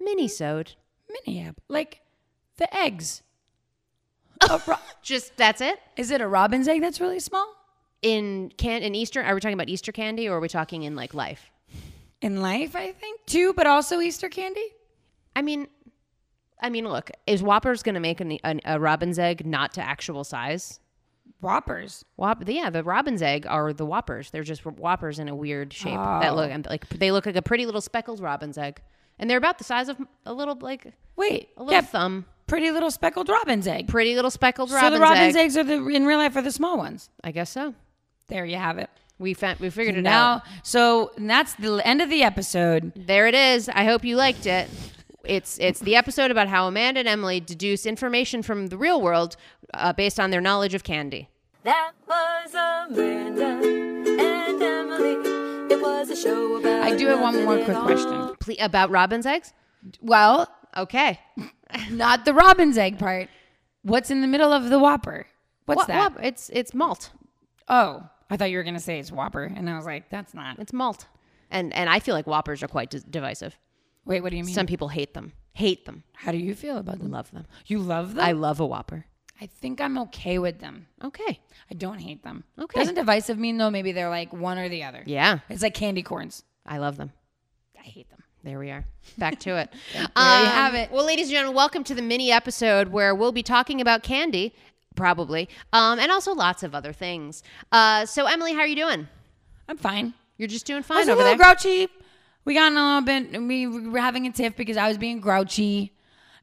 mini-sode. Mini app. Like the eggs. Just that's it. Is it a robin's egg that's really small? In can in Easter, are we talking about Easter candy, or are we talking in like life? In life, I think. Too, but also Easter candy? I mean, I mean, look, is Whopper's going to make an, an, a robin's egg not to actual size? Whoppers. Whop- yeah, the robin's egg are the whoppers. They're just whoppers in a weird shape that Oh. look and, like they look like a pretty little speckled robin's egg, and they're about the size of a little like Wait. A a little thumb. pretty little speckled robin's egg. Pretty little speckled so robin's, the robin's egg. eggs are the in real life are the small ones. I guess so. There you have it. We fa- we figured it Now, out. so and that's the end of the episode. There it is. I hope you liked it. It's it's the episode about how Amanda and Emily deduce information from the real world uh, based on their knowledge of candy. That was Amanda and Emily. It was a show about. I do have one nothing more at quick all. question. Ple- about robin's eggs. Well, Okay. not the robin's egg part. What's in the middle of the whopper? What's Wha- that? wha- it's it's malt. Oh, I thought you were going to say it's whopper. And I was like, that's not. It's malt. And and I feel like whoppers are quite dis divisive. Wait, what do you mean? Some people hate them. Hate them. Oh. How do you feel about them? Love them. You love them? I love a whopper. I think I'm okay with them. Okay. I don't hate them. Okay. Doesn't divisive mean though? Maybe they're like one or the other. Yeah. It's like candy corns. I love them. I hate them. There we are. Back to it. Um, there you have it. Well, ladies and gentlemen, welcome to the mini episode where we'll be talking about candy, probably, um, and also lots of other things. Uh, so, Emily, how are you doing? I'm fine. You're just doing I was fine a over little there. grouchy. We got in a little bit. We were having a tiff because I was being grouchy,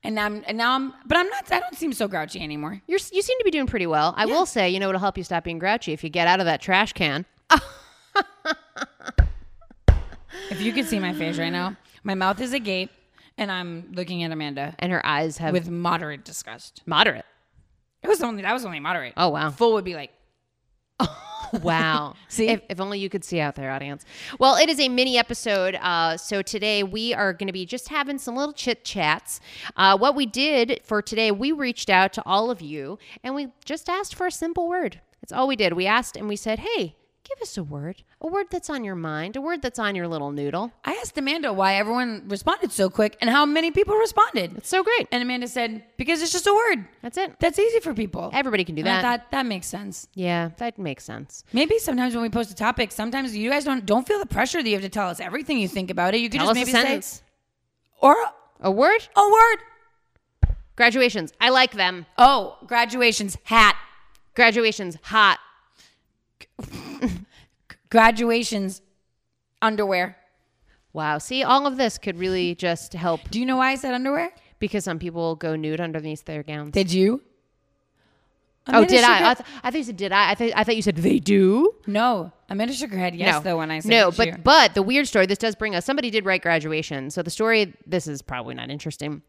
and I'm and now I'm. But I'm not. I don't seem so grouchy anymore. You're, you seem to be doing pretty well. I will say, you know, it'll help you stop being grouchy if you get out of that trash can. If you could see my face right now, my mouth is agape, and I'm looking at Amanda And her eyes have with moderate disgust. moderate. It was only that was only moderate. Oh, wow. Full would be like Wow. See? If, if only you could see out there, audience. Well, it is a mini episode. Uh, so today we are going to be just having some little chit chats. Uh, what we did for today, we reached out to all of you and we just asked for a simple word. That's all we did. We asked and we said, hey, give us a word, a word that's on your mind, a word that's on your little noodle. I asked Amanda why everyone responded so quick and how many people responded. It's so great. And Amanda said, because it's just a word. That's it. That's easy for people. Everybody can do And I that. thought that makes sense. yeah, that makes sense. Maybe sometimes when we post a topic, sometimes you guys don't don't feel the pressure that you have to tell us everything you think about it. You could Tell just us a maybe sentence. say or a word? a word. Graduations. I like them. Oh, graduations hat. Graduations. Hot. Graduations underwear. Wow. See, all of this could really just help Do you know why I said underwear? because some people go nude underneath their gowns. Did you? oh, Amanda did I? I, Sugar- th- I thought you said did I? I, th- I thought you said they do. no, Amanda Sugarhead. Yes, no, though when I said no, did but you? but the weird story. This does bring us. Somebody did write graduation, so the story. This is probably not interesting.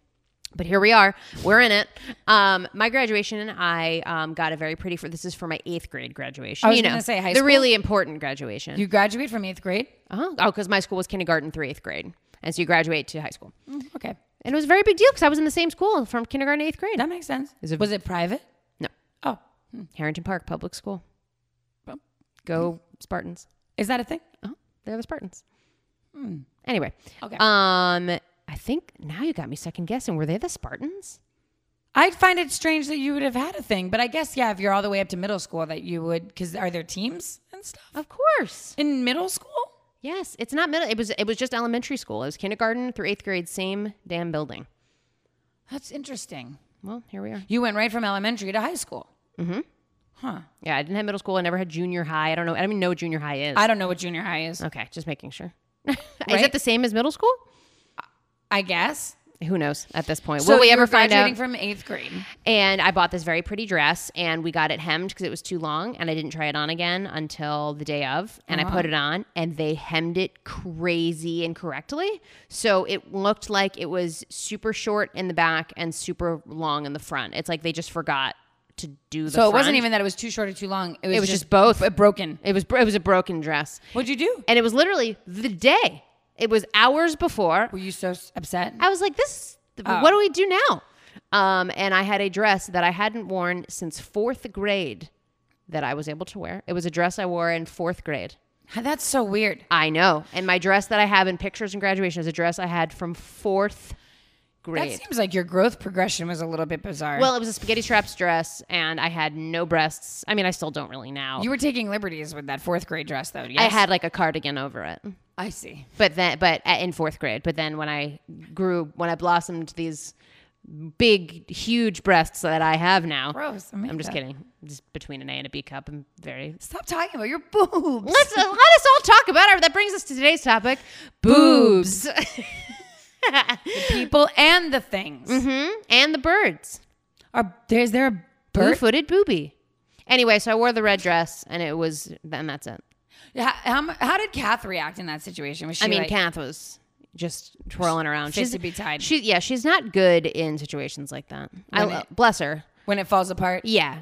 But here we are. We're in it. Um, my graduation, I um, got a very pretty. For this is for my eighth grade graduation. I was you know, gonna say high the school. really important graduation. you graduate from eighth grade. uh-huh. Oh, because my school was kindergarten through eighth grade, and so you graduate to high school, Mm-hmm. Okay, and it was a very big deal because I was in the same school from kindergarten to eighth grade. that makes sense. was it private? no, Oh, Harrington Park Public School. Well, mm. Go Spartans. is that a thing? Oh, they're the Spartans. Hmm. Anyway. Okay. Um, I think now you got me second guessing. Were they the Spartans? I find it strange that you would have had a thing, but I guess yeah, if you're all the way up to middle school, that you would because are there teams and stuff Of course. in middle school? Yes. It's not middle. It was. It was just elementary school. It was kindergarten through eighth grade. Same damn building. That's interesting. Well, here we are. You went right from elementary to high school. Mm-hmm. Huh. Yeah, I didn't have middle school. I never had junior high. I don't know. I don't even know what junior high is. I don't know what junior high is. okay, just making sure. is it Right? the same as middle school? I guess Who knows at this point? So Will we you ever were find out? graduating from eighth grade. and I bought this very pretty dress, and we got it hemmed because it was too long, and I didn't try it on again until the day of, and I Oh. put it on, and they hemmed it crazy incorrectly, so it looked like it was super short in the back and super long in the front. It's like they just forgot to do the. So it wasn't front. even that it was too short or too long. It was, was just, just both. b- broken. It was bro- it was a broken dress, What'd you do? and it was literally the day. It was hours before. Were you so s- upset? I was like, this, Oh. what do we do now? Um, and I had a dress that I hadn't worn since fourth grade that I was able to wear. It was a dress I wore in fourth grade. That's so weird. I know. And my dress that I have in pictures and graduation is a dress I had from fourth That grade. seems like your growth progression was a little bit bizarre. well, it was a spaghetti straps dress and I had no breasts. I mean, I still don't really now. you were taking liberties with that fourth grade dress, though. Yes? I had like a cardigan over it. I see. But then, but uh, in fourth grade, but then when I grew, when I blossomed these big, huge breasts that I have now, Gross. I I'm just kidding. Just between an A and a B cup. I'm very. Stop talking about your boobs. Let's uh, let us all talk about it. That brings us to today's topic: boobs People and the things. Mm-hmm. and the birds. Are there, is there a bird? Blue-footed booby. Anyway, so I wore the red dress, and it was, and that's it. How, how, mu- how did Kath react in that situation? Was she I mean, like, Kath was just twirling around. Fist to be tied. She, yeah, she's not good in situations like that. I When lo- it- bless her. when it falls apart? Yeah,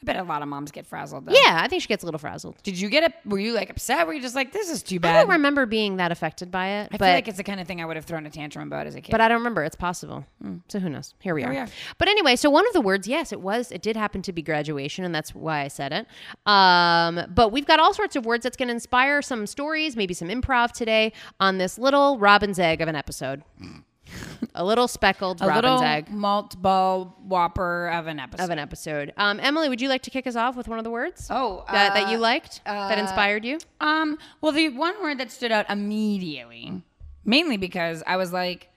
I bet a lot of moms get frazzled. Though. yeah. I think she gets a little frazzled. Did you get up? Were you like upset? Were you just like, this is too I bad? don't remember being that affected by it. I but feel like it's the kind of thing I would have thrown a tantrum about as a kid. But I don't remember. It's possible. Mm. So who knows? Here we, are. we are. But anyway, so one of the words, yes, it was. It did happen to be graduation, and that's why I said it. Um, but we've got all sorts of words that's going to inspire some stories, maybe some improv today on this little robin's egg of an episode. a little speckled Mm. a robin's little egg malt ball whopper of an episode. of an episode. Um, Emily, would you like to kick us off with one of the words? Oh, that, that uh, you liked, that uh, inspired you. Um, well, the one word that stood out immediately, mainly because I was like,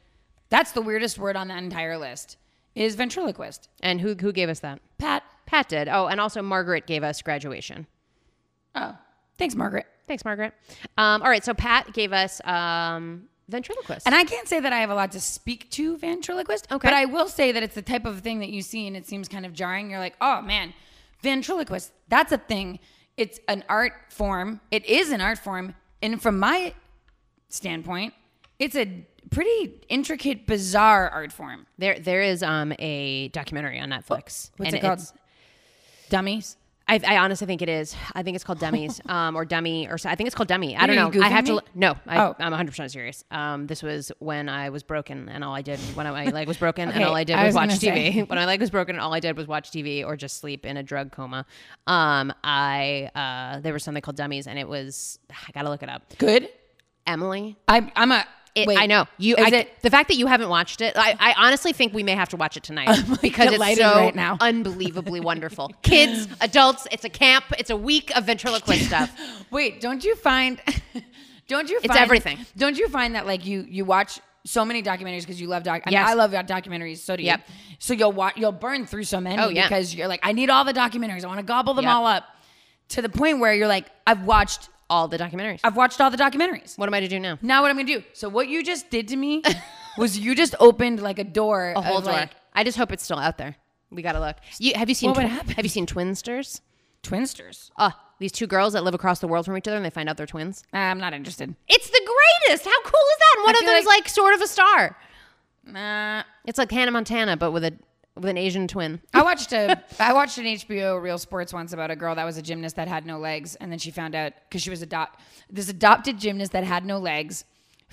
that's the weirdest word on that entire list, is ventriloquist. And who who gave us that? Pat. Pat did. Oh, and also Margaret gave us graduation. Oh, thanks, Margaret. Thanks, Margaret. Um, all right, so Pat gave us um, ventriloquist. And I can't say that I have a lot to speak to ventriloquist. Okay. But I will say that it's the type of thing that you see and it seems kind of jarring. You're like, oh man, ventriloquist, that's a thing. It's an art form. It is an art form. And from my standpoint, it's a pretty intricate, bizarre art form. there, there is um, a documentary on Netflix. What's and it called? it's- Dummies. I, I honestly think it is. I think it's called Dummies um, or Dummy or so- I think it's called Dummy. I Wait, don't are you know. I have goofing to. me? No, I, Oh. I'm 100 percent serious. Um, this was when I was broken and all I did when I, my leg was broken and all Okay, I did I was, was watch gonna TV. say. when my leg was broken, all I did was watch TV or just sleep in a drug coma. Um, I uh, there was something called Dummies and it was I gotta look it up. Good. Emily, I, I'm a. It, wait, I know you. Is I, it? the fact that you haven't watched it? I, I honestly think we may have to watch it tonight because it's delighted so right now. unbelievably wonderful. Kids, adults, it's a camp. It's a week of ventriloquist stuff. Wait, don't you find? Don't you? It's find, everything. Don't you find that like you you watch so many documentaries because you love doc? I, mean, Yes. I love documentaries. So do you. Yep. So you'll watch. You'll burn through so many Oh, yeah. because you're like, I need all the documentaries. I want to gobble them Yep. all up to the point where you're like, I've watched. All the documentaries. I've watched all the documentaries. what am I to do now? Now what I'm gonna do? So what you just did to me was you just opened like a door. A whole of, door. Like, I just hope it's still out there. We gotta look. You, have you seen? What would Twi- happen? have you seen Twinsters? Twinsters. Oh, these two girls that live across the world from each other and they find out they're twins. I'm not interested. It's the greatest. How cool is that? And one I of feel them's like, like- sort of a star. Nah. It's like Hannah Montana, but with a with an Asian twin. I watched a I watched an HBO Real Sports once about a girl that was a gymnast that had no legs, and then she found out because she was adopt this adopted gymnast that had no legs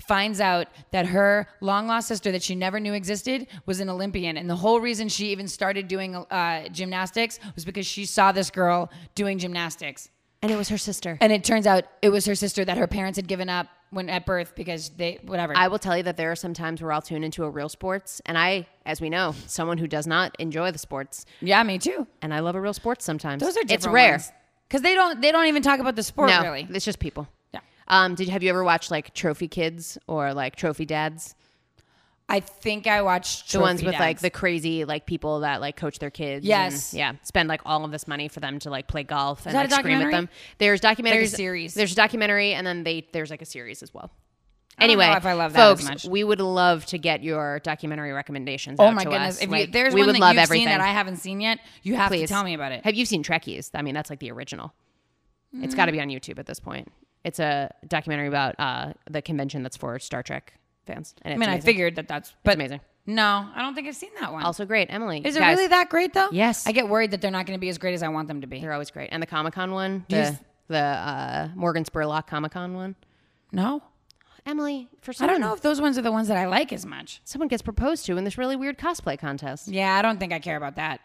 finds out that her long lost sister that she never knew existed was an Olympian, and the whole reason she even started doing uh, gymnastics was because she saw this girl doing gymnastics, And it was her sister. and it turns out it was her sister that her parents had given up when at birth because they whatever. I will tell you that there are some times where I'll tune into a real sports, and I, as we know, someone who does not enjoy the sports, yeah, me too. and I love a real sports sometimes. Those are different it's rare. because they don't they don't even talk about the sport No, really. it's just people. Yeah. Um, did have you ever watched like Trophy Kids or like Trophy Dads? I think I watched The ones with like the the crazy like people that like coach their kids. and, Yes. yeah. Spend like all of this money for them to like play golf and that like a scream at documentary? them. There's documentaries. series? There's a documentary, and then they there's like a series as well. don't know Anyway, if I love that as folks, much. we would love to get your documentary recommendations. Oh out my to goodness! us. If you, Like, there's we one would that love you've everything. seen that I haven't seen yet, you have to Please. tell me about it. Have you seen Trekkies? I mean, that's like the original. It's got to be on YouTube at this point. It's a documentary about uh, the convention that's for Star Trek fans. And I it's mean, I amazing. figured that that's but amazing. No, I don't think I've seen that one. also great. Emily, Is it guys, really that great though? Yes. I get worried that they're not going to be as great as I want them to be. They're always great. And the Comic Con one, you the s- the uh, Morgan Spurlock Comic Con one. No, Emily, for I some, don't know if those ones are the ones that I like as much. someone gets proposed to in this really weird cosplay contest. Yeah, I don't think I care about that.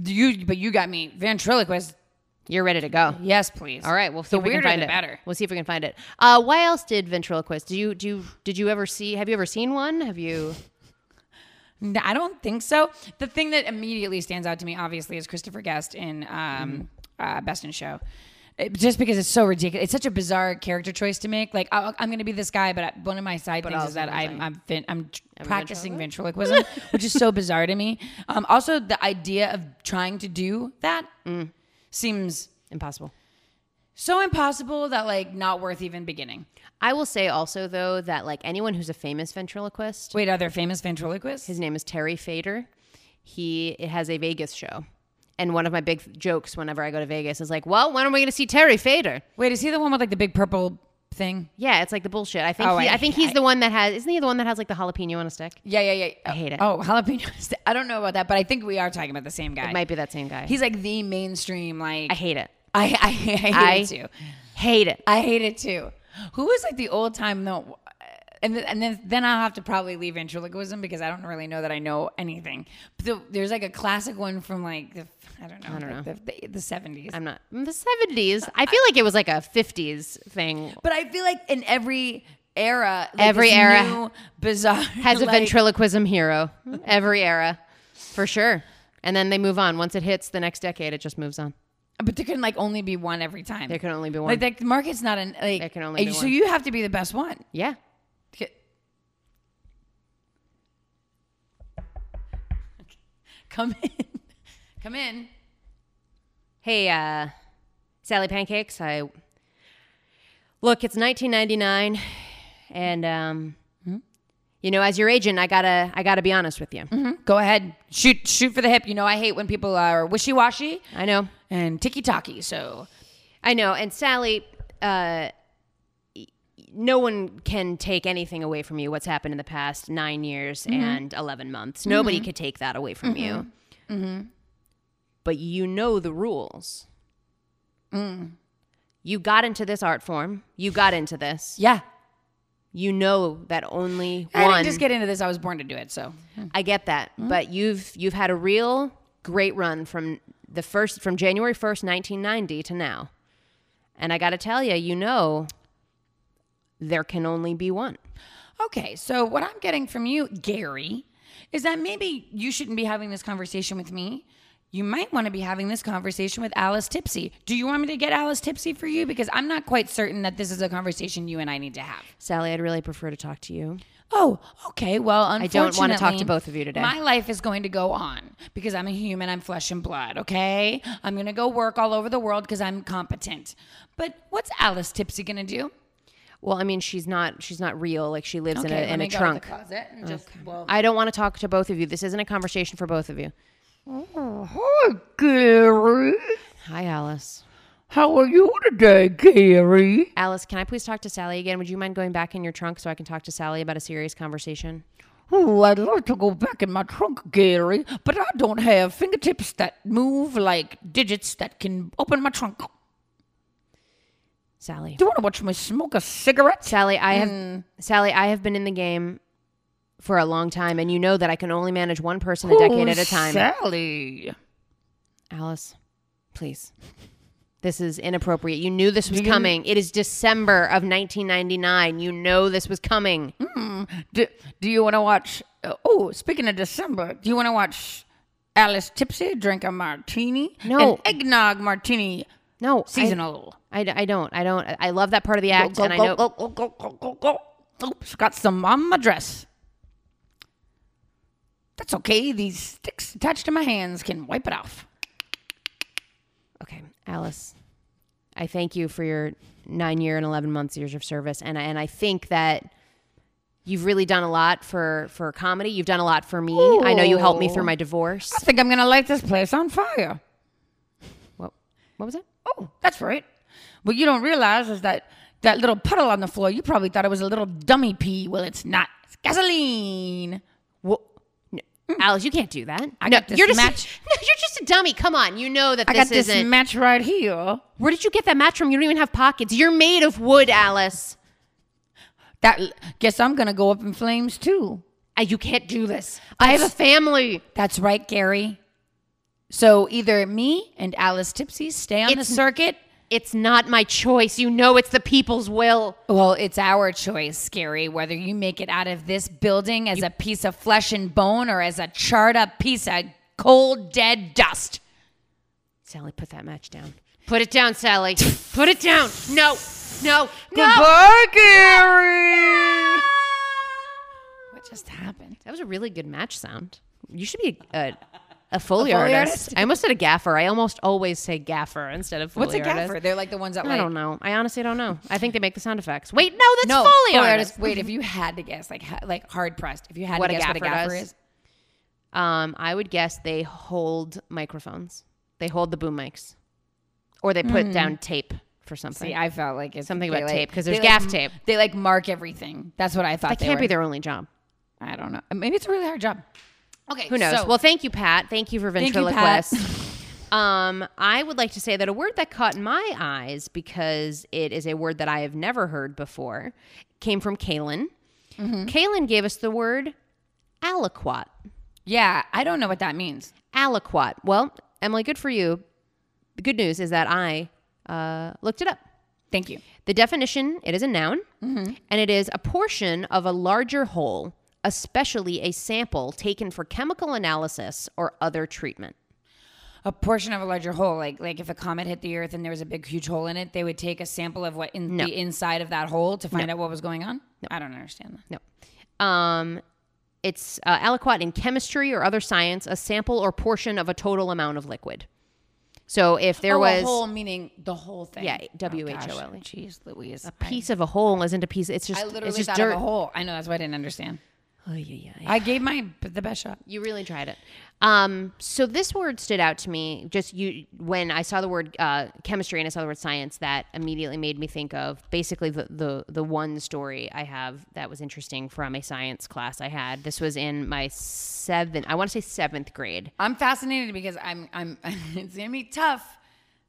Do You, but you got me ventriloquist. You're ready to go. Yes, please. All right, we'll see The if we can weirder find the it. better. We'll see if we can find it. Uh, why else did ventriloquist? Do you do you, did you ever see? Have you ever seen one? Have you? N- I don't think so. The thing that immediately stands out to me, obviously, is Christopher Guest in um, uh, Best in Show. It- just because it's so ridiculous, it's such a bizarre character choice to make. Like I, I'm going to be this guy, but I, one of my side things also is that I'm I'm I'm, fin- I'm tr- practicing ventriloquism, which is so bizarre to me. Um, also, the idea of trying to do that seems Impossible. so impossible that like not worth even beginning. I will say also though that like anyone who's a famous ventriloquist, Wait, are there famous ventriloquists? his name is Terry Fader. He has a Vegas show, and one of my big jokes whenever I go to Vegas is like, "Well, when are we going to see Terry Fader?" Wait, is he the one with like the big purple thing? Yeah, it's like the bullshit. I think Oh, he, I- I, think he's the one that has. Isn't he the one that has like the jalapeno on a stick? Yeah, yeah, yeah. I hate it. Oh, jalapenos. I don't know about that, but I think we are talking about the same guy. It might be that same guy. He's like the mainstream. Like I hate it. I, I, I hate I- it too. Hate it. I hate it too. Who was like the old time though? And then, and then then I'll have to probably leave ventriloquism because I don't really know that I know anything. But the, there's like a classic one from like the I don't know, like the, the, the 70s. I'm not the seventies. I feel like it was like a fifties thing. but I feel like in every era, like Every this era new, bizarre Has a like- ventriloquism hero every era, for sure. And then they move on. Once it hits the next decade, it just moves on. But there can like only be one every time. There can only be one. Like, like the market's not an like. There can only be so one. you have to be the best one. yeah. Okay. Come in, come in. Hey, uh, Sally Pancakes. I look. It's 1999, and um, you know, as your agent, I gotta, I gotta be honest with you. Hmm? Go ahead, shoot, shoot for the hip. You know I hate when people are wishy washy I know. and ticky tacky. So I know. And Sally, uh, y- no one can take anything away from you what's happened in the past nine years and 11 months. Nobody could take that away from you. But you know the rules. You got into this art form. You got into this. yeah, You know that only I one. didn't just get into this. I was born to do it. So I get that, but you've you've had a real great run from the first from January 1st, 1990 to now. And I got to tell you, you know there can only be one. okay, so what I'm getting from you, Gary, is that maybe you shouldn't be having this conversation with me. You might want to be having this conversation with Alice Tipsy. Do you want me to get Alice Tipsy for you? Because I'm not quite certain that this is a conversation you and I need to have. Sally, I'd really prefer to talk to you. Oh, okay. Well, unfortunately, don't wanna talk to both of you today. My life is going to go on because I'm a human. I'm flesh and blood. Okay, I'm going to go work all over the world because I'm competent. But what's Alice Tipsy going to do? Well, I mean, she's not she's not real. Like she lives Okay, in a in let a me go to the trunk. closet and just- well- I don't want to talk to both of you. This isn't a conversation for both of you. Hi, Gary. Hi, Alice. How are you today, Gary? Alice, can I please talk to Sally again? Would you mind going back in your trunk so I can talk to Sally about a serious conversation? Oh, I'd love to go back in my trunk, Gary, but I don't have fingertips that move like digits that can open my trunk. Do Sally. you want to watch me smoke a cigarette? Sally, I have Hmm. Sally, I have been in the game for a long time, and you know that I can only manage one person a decade Oh, at a time. Sally. Alice, please. This is inappropriate. You knew this was coming. It is December of 1999. You know this was coming. Hmm? Do, do you want to watch? Uh, oh, speaking of December, do you want to watch Alice Tipsy drink a martini? No. An eggnog martini, No, I- seasonal. I, I don't. I don't. I love that part of the act, go, and I go, know. go, go, go, go, go, go. Oh, she got some on my dress. That's okay. These sticks attached to my hands can wipe it off. Okay, Alice, I thank you for your nine year and eleven months years of service, and I, and I think that You've really done a lot for for comedy. You've done a lot for me. I know you helped me through my divorce. I think I'm gonna light this place on fire. What, what was that? Oh, that's right. What you don't realize is that that little puddle on the floor, you probably thought it was a little dummy pee. Well, it's not. It's gasoline. What? No. Alice, you can't do that. I Mm. got this you're just match. no, you're just a dummy. Come on, you know that I this got this isn't. match right here. Where did you get that match from? You don't even have pockets. You're made of wood, Alice. That guess I'm gonna go up in flames too. Uh, you can't do this. I have a family. That's right, Gary. So either me and Alice Tipsy stay on It's- the circuit. It's not my choice. You know it's the people's will. Well, it's our choice, Gary, whether you make it out of this building as a piece of flesh and bone or as a charred up piece of cold dead dust. Sally, put that match down. Put it down, Sally. Put it down. No, no, no. Goodbye, Gary. What just happened? That was a really good match sound. You should be a, a, a foley artist. I almost said a gaffer. I almost always say gaffer instead of foley What's a artist. gaffer? They're like the ones that I like don't know. I honestly don't know. I think they make the sound effects. Wait, no, that's no foley, artist. artist. Wait, if you had to guess, like ha- like hard pressed, if you had What to a guess what a gaffer gaffer does? is, Um, I would guess they hold microphones. They hold the boom mics, or they put down tape for something. see, I felt like it's Something they about like- tape, 'cause there's they like gaff m- tape. They like mark everything. That's what I thought. that they can't were. be their only job. I don't know. Maybe it's a really hard job. Okay, Who knows? so- well, thank you, Pat. Thank you for Thank you, ventriloquist. um, I would like to say that a word that caught my eyes because it is a word that I have never heard before came from Kaylin. Mm-hmm. Kaylin gave us the word aliquot. yeah, I don't know what that means. Aliquot. Well, Emily, good for you. The good news is that I uh, looked it up. Thank you. The definition it is a noun, Mm-hmm. and it is a portion of a larger whole, especially a sample taken for chemical analysis or other treatment. a portion of a larger hole. Like like if a comet hit the Earth and there was a big huge hole in it, they would take a sample of what in No. the inside of that hole to find out what was going on. I don't understand that. No. Um, it's uh, aliquot in chemistry or other science, a sample or portion of a total amount of liquid. So if there Oh, was a hole meaning the whole thing. Yeah, Oh, W H O gosh. L E. Jeez, Louise. A piece of a hole isn't a piece. It's just I literally it's just thought dirt. of a hole. I know that's why I didn't understand. Oh, yeah, yeah. I gave my the best shot. You really tried it. Um, so this word stood out to me just you when I saw the word uh, chemistry and I saw the word science. That immediately made me think of basically the, the the one story I have that was interesting from a science class I had. This was in my seventh, I want to say seventh grade. I'm fascinated because I'm I'm it's gonna be tough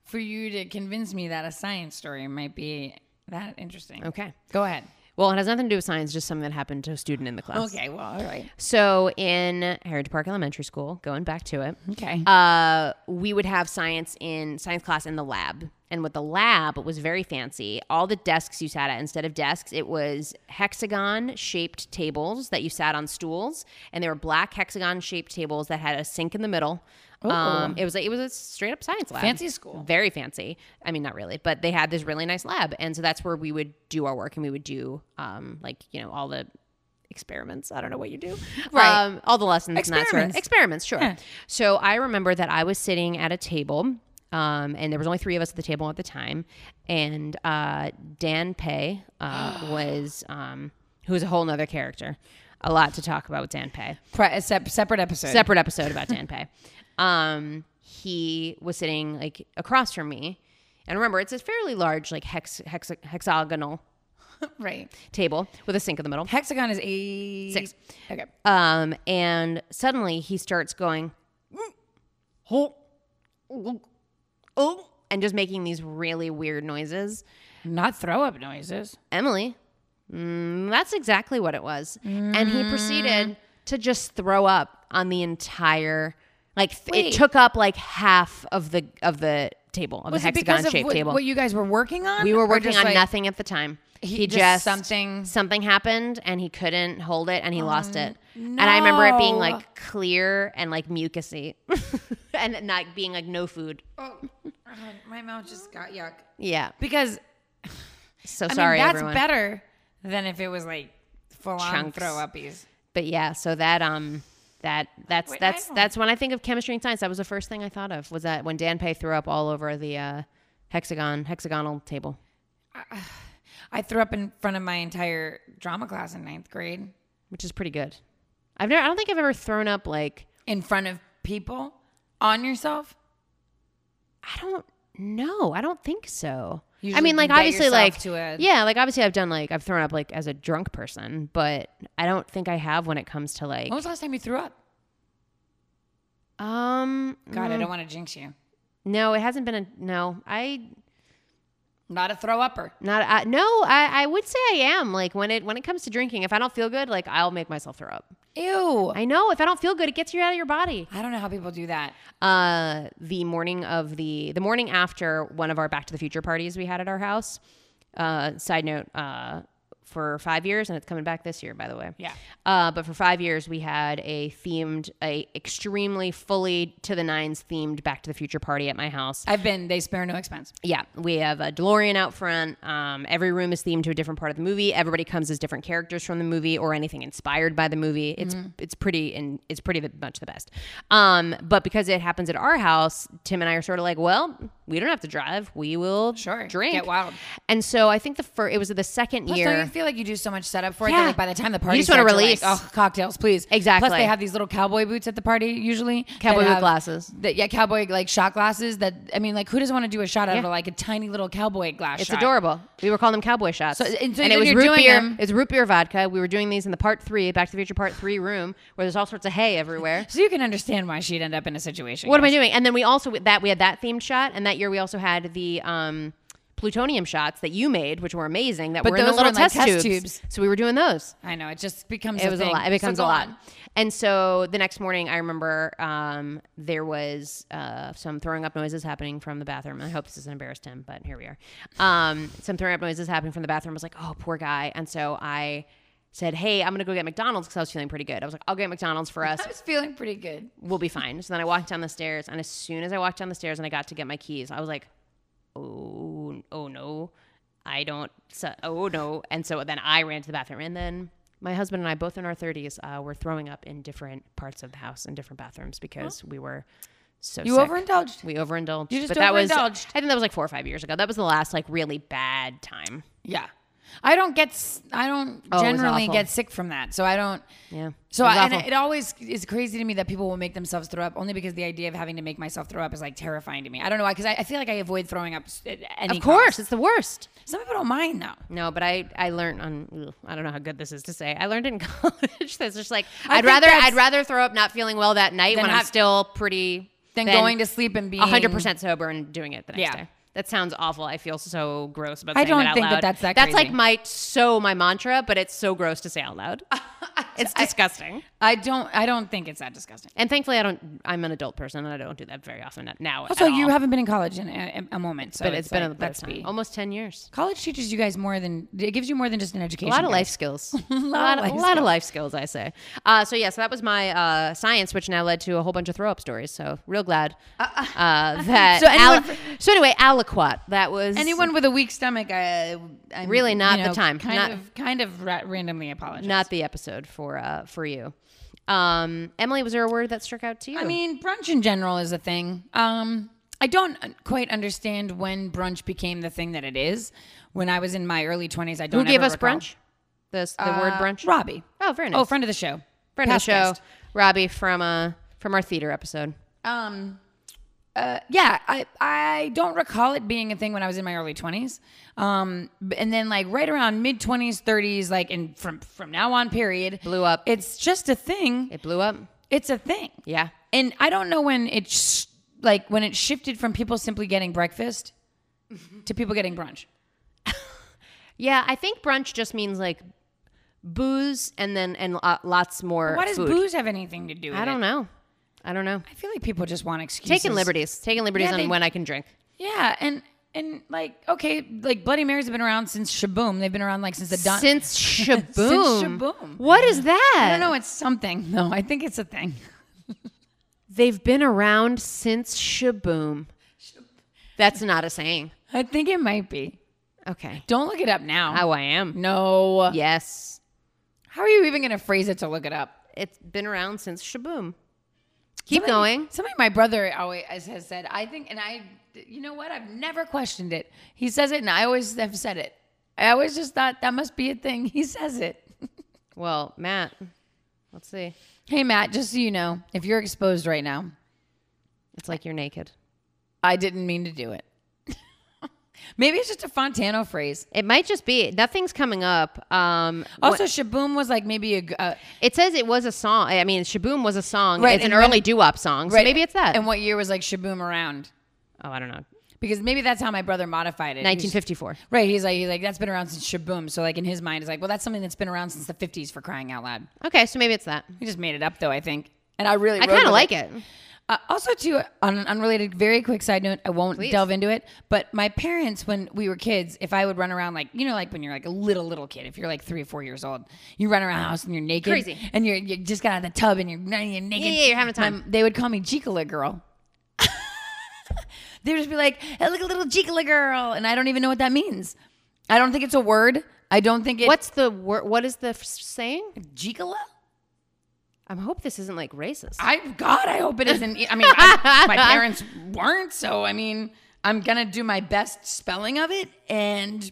for you to convince me that a science story might be that interesting. Okay. Go ahead. Well, it has nothing to do with science, just something that happened to a student in the class. Okay, well, all right. So in Heritage Park Elementary School, going back to it, Okay. uh, we would have science in science class in the lab. And with the lab, it was very fancy. All the desks you sat at, instead of desks, it was hexagon shaped tables that you sat on stools, and they were black hexagon shaped tables that had a sink in the middle. Um, it was like it was a straight up science lab, Oh. Fancy school. very fancy. I mean, not really, but they had this really nice lab, and so that's where we would do our work, and we would do um, like you know all the experiments. I don't know what you do, Right. Um, all the lessons, and that sort of Experiments. experiments, sure. So I remember that I was sitting at a table, um, and there was only three of us at the table at the time, and uh, Dan Pay uh, was um, who was a whole nother character. A lot to talk about with Dan Pay Pri- a uh, sep- separate episode. separate episode about Dan Pay. Um, he was sitting like across from me, and remember, it's a fairly large, like hex, hex hexagonal right. table with a sink in the middle. Hexagon is eight. Six. Okay. Um, and suddenly he starts going, "Oh, oh, oh," and just making these really weird noises. Not throw up noises. Emily, mm, that's exactly what it was. And he Mm. proceeded to just throw up on the entire like th- it Wait. took up like half of the of the table of Was the it because hexagon of shaped what, table. what you guys were working on? we were Or working just on like- nothing at the time. He, just just, something- something happened and he couldn't hold it and he lost it. And I remember it being no. like clear and like mucusy and not being like no food. Oh, God, my mouth just got yuck. Yeah. Because So I sorry mean, that's everyone. better than if it was like full on Chunks. throw uppies. but yeah, so that um that that's Wait, I that's don't- that's when I think of chemistry and science. That was the first thing I thought of was that when Dan Pay threw up all over the uh, hexagon hexagonal table. I threw up in front of my entire drama class in ninth grade. which is pretty good. I've never. I don't think I've ever thrown up like. In front of people? On yourself? I don't know. I don't think so. I Usually mean, you like get obviously, yourself like to a- yeah, like obviously, I've done like I've thrown up like as a drunk person, but I don't think I have when it comes to like When was the last time you threw up? um. God, I don't want to jinx you. No, it hasn't been a no. I Not a throw upper. not I, no. I I would say I am like when it when it comes to drinking. If I don't feel good, like I'll make myself throw up. Ew. I know if I don't feel good, it gets you out of your body. I don't know how people do that. uh, the morning of the the morning after one of our Back to the Future parties we had at our house. Uh, side note, uh, for five years, and it's coming back this year, by the way. Yeah. Uh, but for five years, we had a themed, a extremely fully to the nines themed Back to the Future party at my house. I've been, they spare no expense. Yeah, we have a DeLorean out front. Um, every room is themed to a different part of the movie. Everybody comes as different characters from the movie or anything inspired by the movie. It's Mm-hmm. it's pretty and it's pretty the, much the best. Um, but because it happens at our house, Tim and I are sort of like, well, we don't have to drive. We will Sure, drink. get wild. And so I think the first it was the second Plus, year. don't you feel like you do so much setup for it Yeah. that like by the time the party just wanna starts, you're release. like, oh, cocktails, please. Exactly. Plus, they have these little cowboy boots at the party usually. that Cowboy boot have- glasses. That, yeah, cowboy like shot glasses. That I mean, like who doesn't want to do a shot out of Yeah. like a tiny little cowboy glass? It's shot? adorable. We were calling them cowboy shots. So- and so it then was you're root doing beer. them- It's root beer vodka. We were doing these in the part three, Back to the Future Part Three room, where there's all sorts of hay everywhere. So you can understand why she'd end up in a situation. What am I doing? And then we also with that we had that themed shot, and that year we also had the um, plutonium shots that you made, which were amazing. That But were in the those were little in, like, test, test tubes. tubes. So we were doing those. I know it just becomes. It was a thing. lot. It So becomes go a lot. on. And so the next morning, I remember um, there was uh, some throwing up noises happening from the bathroom. I hope this doesn't embarrass him, but here we are. Um, some throwing up noises happening from the bathroom. I was like, oh, poor guy. And so I said, hey, I'm going to go get McDonald's because I was feeling pretty good. I was like, I'll get McDonald's for us I was feeling pretty good. we'll be fine. So then I walked down the stairs, and as soon as I walked down the stairs and I got to get my keys, I was like, oh, oh no, I don't, so, oh no. And so then I ran to the bathroom, and then my husband and I, both in our 30s, uh, were throwing up in different parts of the house in different bathrooms because we were so You sick. overindulged. We overindulged. You just but that was, I overindulged. think that was like four or five years ago. That was the last like really bad time. Yeah. I don't get. s- I don't Oh, it was generally awful. get sick from that, so I don't. Yeah. So It was I, and awful. it always is crazy to me that people will make themselves throw up only because the idea of having to make myself throw up is like terrifying to me. I don't know why because I, I feel like I avoid throwing up. s- At any of course, cost. it's the worst. some people don't mind though. No, but I I learned on ugh, I don't know how good this is to say. I learned in college that's just like I I'd think rather that's- I'd rather throw up not feeling well that night Than when I'm have- still pretty Than going to sleep and being hundred percent sober and doing it the next Yeah. day. That sounds awful. I feel so gross about. I Saying don't that out think that loud. that's that That's like crazy. my so my mantra, but it's so gross to say out loud. it's disgusting. I don't. I don't think it's that disgusting. and thankfully, I don't. I'm an adult person, and I don't do that very often now. Also, at you all. haven't been in college in a, a moment, so But it's been like, a let's lifetime. be- almost ten years. College teaches you guys more than it gives you more than just an education. a lot of guys. life skills. a lot lot, of a life lot of life skills, I say. Uh, so yeah, so that was my uh, science, which now led to a whole bunch of throw up stories. So real glad uh, that. So So, anyone so anyway, aliquot. That was Anyone with a weak stomach, I, I'm, Really not you the know, time. Kind Not- of, kind of ra- randomly apologize. not the episode for uh, for you. Um, Emily, was there a word that struck out to you? I mean, brunch in general is a thing. Um, I don't quite understand when brunch became the thing that it is. When I was in my early twenties, I don't. who gave ever us recall- brunch? The the word Uh, brunch. Robbie. Oh, very nice. Oh, friend of the show. friend of the past show, guest. Robbie from uh from our theater episode. Um, uh, yeah, I I don't recall it being a thing when I was in my early twenties. Um, b- and then like right around mid twenties, threes, like and from from now on, period, Blew up. It's just a thing. It blew up. It's a thing. Yeah. And I don't know when it sh- like when it shifted from people simply getting breakfast to people getting brunch. Yeah, I think brunch just means like booze and then and uh, lots more. Why does food. booze have anything to do with I it? don't know. I don't know. I feel like people just want excuses. Taking liberties, taking liberties Yeah, on they- when I can drink. Yeah, and and like okay, like Bloody Marys have been around since Shaboom. They've been around like since the dawn. Since shaboom. Shaboom. What is that? I don't know. It's something. No, I think it's a thing. They've been around since shaboom. That's not a saying. I think it might be. Okay. Don't look it up now. How I am. no. Yes. How are you even going to phrase it to look it up? It's been around since shaboom. Keep Something- going. Something my brother always has has said. I think, and I, you know what? I've never questioned it. He says it, and I always have said it. I always just thought that must be a thing. He says it. Well, Matt, let's see. Hey, Matt, just so you know, if you're exposed right now, It's like you're naked. I didn't mean to do it. Maybe it's just a Fontano phrase. It might just be nothing's coming up. Um, Also, Shaboom was like maybe a. g- Uh, it says it was a song. I mean, Shaboom was a song. Right, it's an and when- early doo-wop song, so maybe it's that. And what year was like Shaboom around? oh, I don't know. Because maybe that's how my brother modified it. He's- 1954. Right. He's like, he's like, that's been around since Shaboom. So like in his mind, it's like, well, that's something that's been around since the fifties for crying out loud. Okay, so maybe it's that. He just made it up though, I think. And I really, I kind of like it. Uh, also, too, on an unrelated, very quick side note, I won't delve into it, but my parents, when we were kids, if I would run around like, you know, like when you're like a little, little kid, if you're like three or four years old, you run around the house and you're naked. Crazy. And you're, you just got out of the tub and you're, and you're naked. Yeah, yeah, you're having a time. Um, they would call me Jikala girl. they would just be like, hey, look at little Jikala girl. And I don't even know what that means. I don't think it's a word. I don't think it. What's the word? What is the f- saying? Jikala? I hope this isn't like racist. I God, I hope it isn't. e, I mean, I, my parents weren't, so I mean, I'm gonna do my best spelling of it and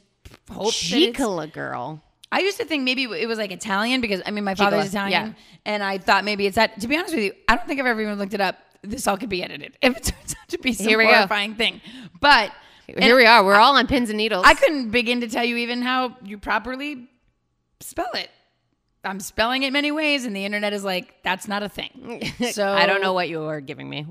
hope. that it's- Chicala girl. I used to think maybe it was like Italian because I mean, my father's Chicola, Italian, yeah. and I thought maybe it's that. To be honest with you, I don't think I've ever even looked it up. This all could be edited if it turns out to be some Here we go. horrifying thing. But Here we are. We're all on pins and needles. I couldn't begin to tell you even how you properly spell it. I'm spelling it many ways, and the internet is like, that's not a thing. So I don't know what you were giving me.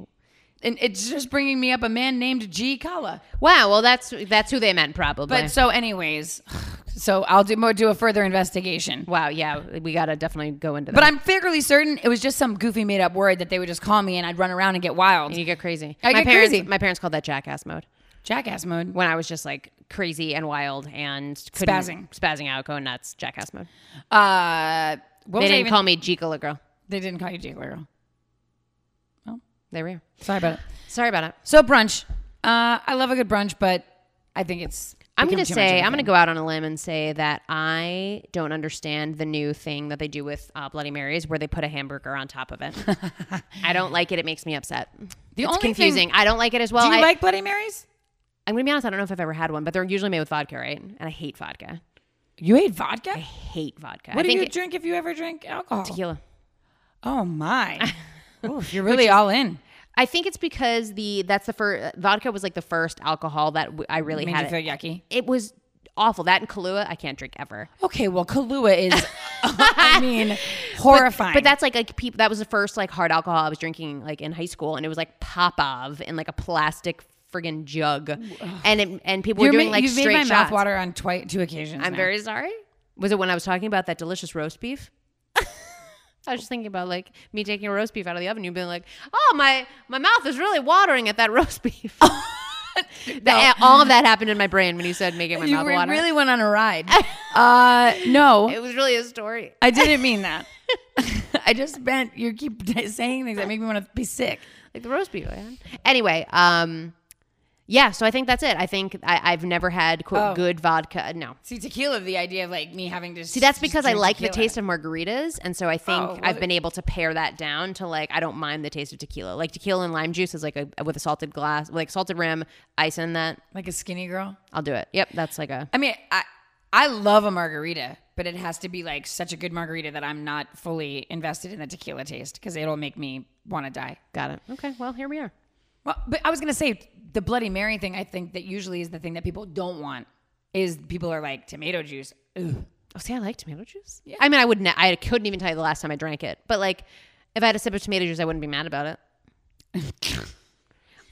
and it's just bringing me up a man named G. Kala. Wow. Well, that's that's who they meant probably. But so, anyways, so I'll do more, do a further investigation. wow. Yeah, we gotta definitely go into that. But I'm fairly certain it was just some goofy made up word that they would just call me, and I'd run around and get wild. you get crazy. I my get parents, crazy. My parents called that jackass mode Jackass mode. when I was just like crazy and wild and couldn't- Spazzing. spazzing out, going nuts. Jackass mode. Uh, what was They I didn't even- call me Jicala girl. They didn't call you G. Girl. There we are. Sorry about it. Sorry about it. So brunch. Uh, I love a good brunch, but I think it's. I'm become going to too much of say, a I'm going to thing. go out on a limb and say that I don't understand the new thing that they do with uh, Bloody Marys where they put a hamburger on top of it. I don't like it. It makes me upset. The it's only thing- confusing. I don't like it as well. Do you I, like Bloody Marys? I'm going to be honest. I don't know if I've ever had one, but they're usually made with vodka, right? And I hate vodka. You ate vodka. I hate vodka. what I do think you it- drink if you ever drink alcohol? tequila? Oh my! Oof, you're really all in. I think it's because the that's the first vodka was like the first alcohol that w- I really Made had. you it. feel yucky. it was awful. That and Kahlua, I can't drink ever. Okay, well, Kahlua is, I mean, horrifying. But that's like like people. That was the first like hard alcohol I was drinking like in high school, and it was like Popov in like a plastic friggin' jug, and it, and people you're were doing ma- like you've straight made my shots. mouth water on twi- two occasions. I'm now. very sorry. Was it when I was talking about that delicious roast beef? I was just thinking about like me taking a roast beef out of the oven, you being like, "Oh my, my mouth is really watering at that roast beef." That- all of that happened in my brain when you said making my You mouth re- water. really went on a ride. uh, no, it was really a story. I didn't mean that. I just meant you keep saying things that make me want to be sick. like the roast beef I had. Anyway, um, yeah. So I think that's it. I think I, I've never had quote Oh. good vodka. No. See, tequila, the idea of like me having to See, that's because I like the taste of margaritas, and so I think Oh, well, I've it- been able to pare that down to like I don't mind the taste of tequila. Like tequila and lime juice is like a with a salted glass, like salted rim, ice in that. like a skinny girl. I'll do it. Yep, that's like a. I mean, I I love a margarita, but it has to be like such a good margarita that I'm not fully invested in the tequila taste because it'll make me want to die. Got it. Okay. Well, here we are. Well, but I was gonna say the Bloody Mary thing. I think that usually is the thing that people don't want. Is people are like tomato juice. Ugh. Oh, see, I like tomato juice. I mean, I wouldn't. I couldn't even tell you the last time I drank it. But like, if I had a sip of tomato juice, I wouldn't be mad about it.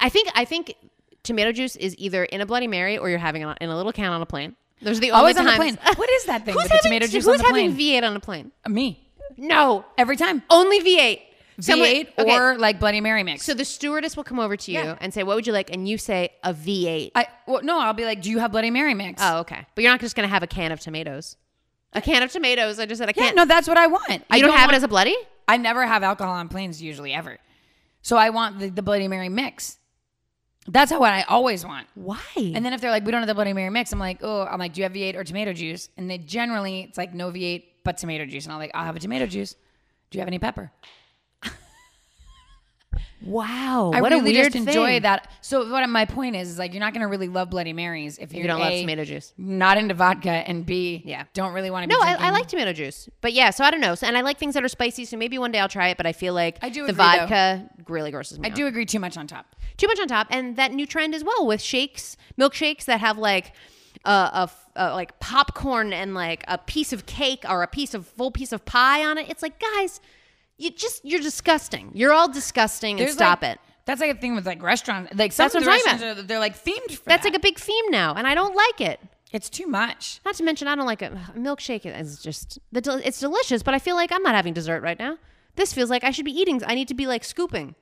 I think. I think tomato juice is either in a Bloody Mary or you're having it on- in a little can on a plane. Those are the Always on only the times. plane. What is that thing Who's with the having, tomato juice who's on the having plane? V8 on a plane? me No, every time. only V8. Someone- V8 okay, or like Bloody Mary mix. so the stewardess will come over to you Yeah. and say, "What would you like?" And you say a V8. I well, no, I'll be like, do you have Bloody Mary mix? oh, okay. But you're not just gonna have a can of tomatoes. A can of tomatoes. I just said I yeah, can't. no, that's what I want. I you don't, have want, it as a bloody. I never have alcohol on planes usually ever, so I want the, the Bloody Mary mix. That's how what I always want. Why? And then if they're like, we don't have the Bloody Mary mix, I'm like, oh, I'm like, do you have V8 or tomato juice? And they generally, it's like no V8 but tomato juice, and I'm like, I'll have a tomato juice. Do you have any pepper? Wow. I what really a weird just enjoy thing. that. So what my point is is like you're not gonna really love Bloody Marys if you're You don't a, love tomato juice. not into vodka, and B, Yeah. don't really want to. No, be I, I drinking- like tomato juice, but yeah. So I don't know. So, and I like things that are spicy. So maybe one day I'll try it. But I feel like I do the agree, though. vodka really grosses me. I do agree too much on top. too much on top, and that new trend as well with shakes, milkshakes that have like a, a f- a, like popcorn and like a piece of cake or a piece of full piece of pie on it. It's like guys, you just you're disgusting. You're all disgusting, and There's, stop like- it. That's like a thing with like restaurants. Like some That's of what the I'm talking restaurants are they're like themed for that. That's like a big theme now, and I don't like it. it's too much. Not to mention, I don't like it. Ugh, a milkshake. It's just the del- it's delicious, but I feel like I'm not having dessert right now. This feels like I should be eating. I need to be like scooping.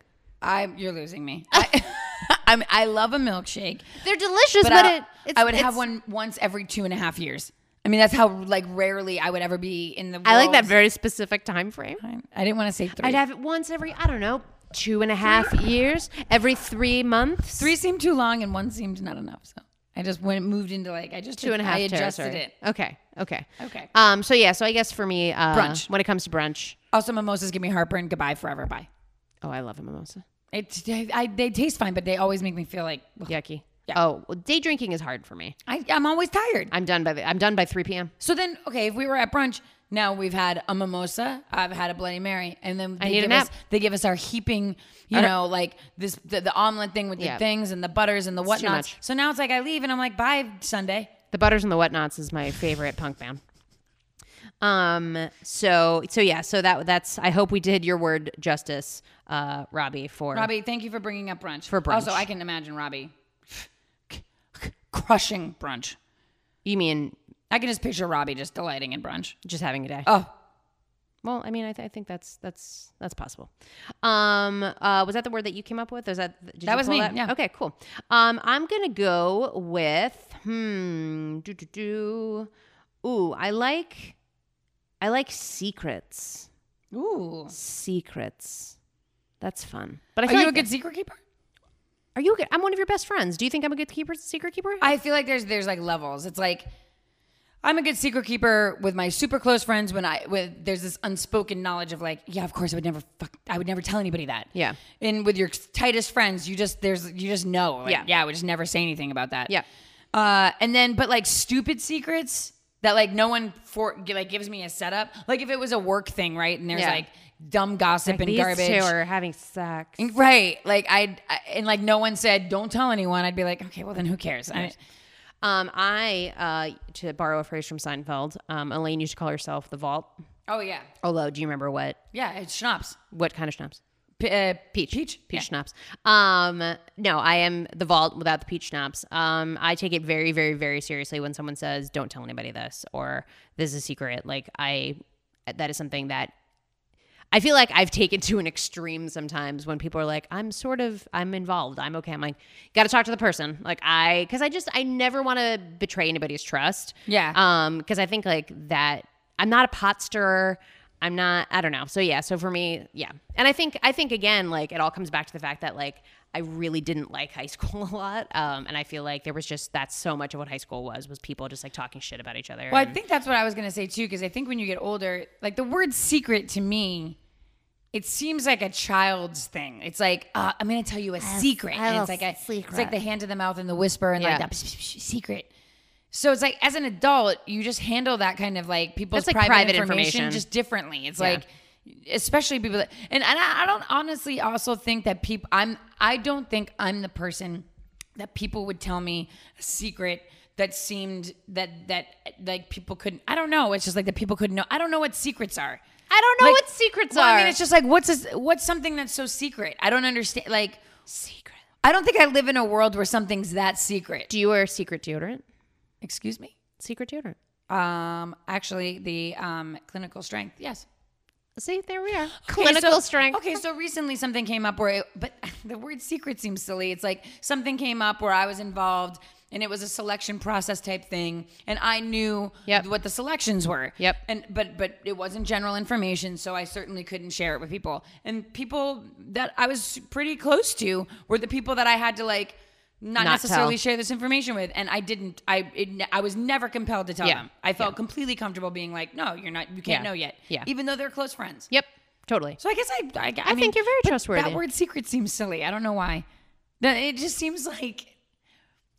I you're losing me. I, I'm, I love a milkshake, They're delicious, but, but, I, it, it's, I would it's- have one once every two and a half years. I mean, that's how like rarely I would ever be in the. World. I like that very specific time frame. I didn't want to say 3 I'd have it once every I don't know two and a half years, every three months. Three seemed too long, and one seemed not enough. So I just went moved into like I just two and a half. I adjusted territory. it. Okay. Okay. Okay. Um. So yeah. So I guess for me, uh, Brunch. When it comes to brunch, Also, mimosas give me heartburn. Goodbye forever. Bye. oh, I love a mimosa. It, I, they taste fine, but they always make me feel like ugh. Yucky. Yeah. Oh, well, day drinking is hard for me. I, I'm always tired. I'm done by the, I'm done by three p.m. So then, okay, if we were at brunch, now we've had a mimosa, I've had a Bloody Mary, and then they need a give nap. us they give us our heaping, you know, like this the, the omelet thing with Yeah. the things and the butters and the too whatnot. much. So now it's like I leave and I'm like, bye Sunday. The Butters and the Whatnots is my favorite punk band. Um. So so yeah. So that that's. I hope we did your word justice, uh, Robbie. For Robbie, thank you for bringing up brunch For brunch. Also, I can imagine Robbie crushing brunch. you mean I can just picture Robbie just delighting in brunch. just having a day. Oh, Well, I mean, I, th- I think that's that's that's possible. Um, uh, was that the word that you came up with? Or is that did you That was pull me, yeah. Okay. Cool. Um, I'm gonna go with hmm. Do do do. Ooh, I like, I like secrets. ooh. Secrets. That's fun. But I Are feel you like a good secret keeper? Are you? A good, I'm one of your best friends. Do you think I'm a good keeper, secret keeper? I feel like there's there's like levels. It's like I'm a good secret keeper with my super close friends when I with there's this unspoken knowledge of like, yeah, of course I would never fuck I would never tell anybody that. Yeah. And with your tightest friends, you just there's you just know. Like, Yeah. yeah. Yeah, I would just never say anything about that. Yeah. Uh and then but like stupid secrets that like no one for like gives me a setup. Like if it was a work thing, right? And there's Yeah. like dumb gossip and These garbage. two are having sex. Right, like I'd, I, and like no one said, "Don't tell anyone." I'd be like, "Okay, well then, who cares?" I, Um, I uh, to borrow a phrase from Seinfeld, um, Elaine used to call herself the Vault. oh yeah, Although, do you remember what Yeah, it's schnapps. what kind of schnapps? P- uh, Peach, Peach. peach schnapps. Um, no, I am the Vault without the peach schnapps. Um, I take it very, very, very seriously when someone says, "Don't tell anybody this," or "This is a secret." Like I, that is something that I feel like I've taken to an extreme sometimes when people are like, I'm sort of, I'm involved. I'm okay. I'm like, got to talk to the person. Like, I, cause I just, I never want to betray anybody's trust. Yeah. Um, cause I think like that, I'm not a pot stirrer. I'm not, I don't know. So yeah. So for me, yeah. And I think, I think again, like it all comes back to the fact that like, I really didn't like high school a lot. Um, and I feel like there was just, that's so much of what high school was, was people just like talking shit about each other. Well, I and- think that's what I was going to say too, because I think when you get older, like the word secret to me, it seems like a child's thing. It's like, uh, I'm going to tell you a secret. and it's like a It's like the hand to the mouth and the whisper and Yeah. like that psh, psh, psh, secret. So it's like as an adult, you just handle that kind of like people's That's like private, private information, information. just differently. It's like especially people that and, and I, I don't honestly also think that people I'm I don't think I'm the person that people would tell me a secret that seemed that that like people couldn't I don't know. It's just like that people couldn't know. I don't know what secrets are. I don't know Like- what secrets well, are. I mean, it's just like what's a, what's something that's so secret? I don't understand. Like secret. I don't think I live in a world where something's that secret. do you wear secret deodorant? Excuse me. Secret deodorant. Um, actually, the um clinical strength. Yes. See, there we are. Okay, Clinical so- strength. Okay, so recently something came up where, it, but the word secret seems silly. It's like something came up where I was involved and it was a selection process type thing and I knew Yep. what the selections were. Yep. And, but, but it wasn't general information. So I certainly couldn't share it with people. And people that I was pretty close to were the people that I had to like, not, Not necessarily tell. share this information with, and I didn't. I it, ne- I was never compelled to tell Yeah. them. I felt completely comfortable being like, "No, you're not. You can't Yeah. know yet." Yeah. Even though they're close friends. Yep. totally. So I guess I, I, I, I, mean, think you're very trustworthy. That word secret seems silly. I don't know why. That- It just seems like,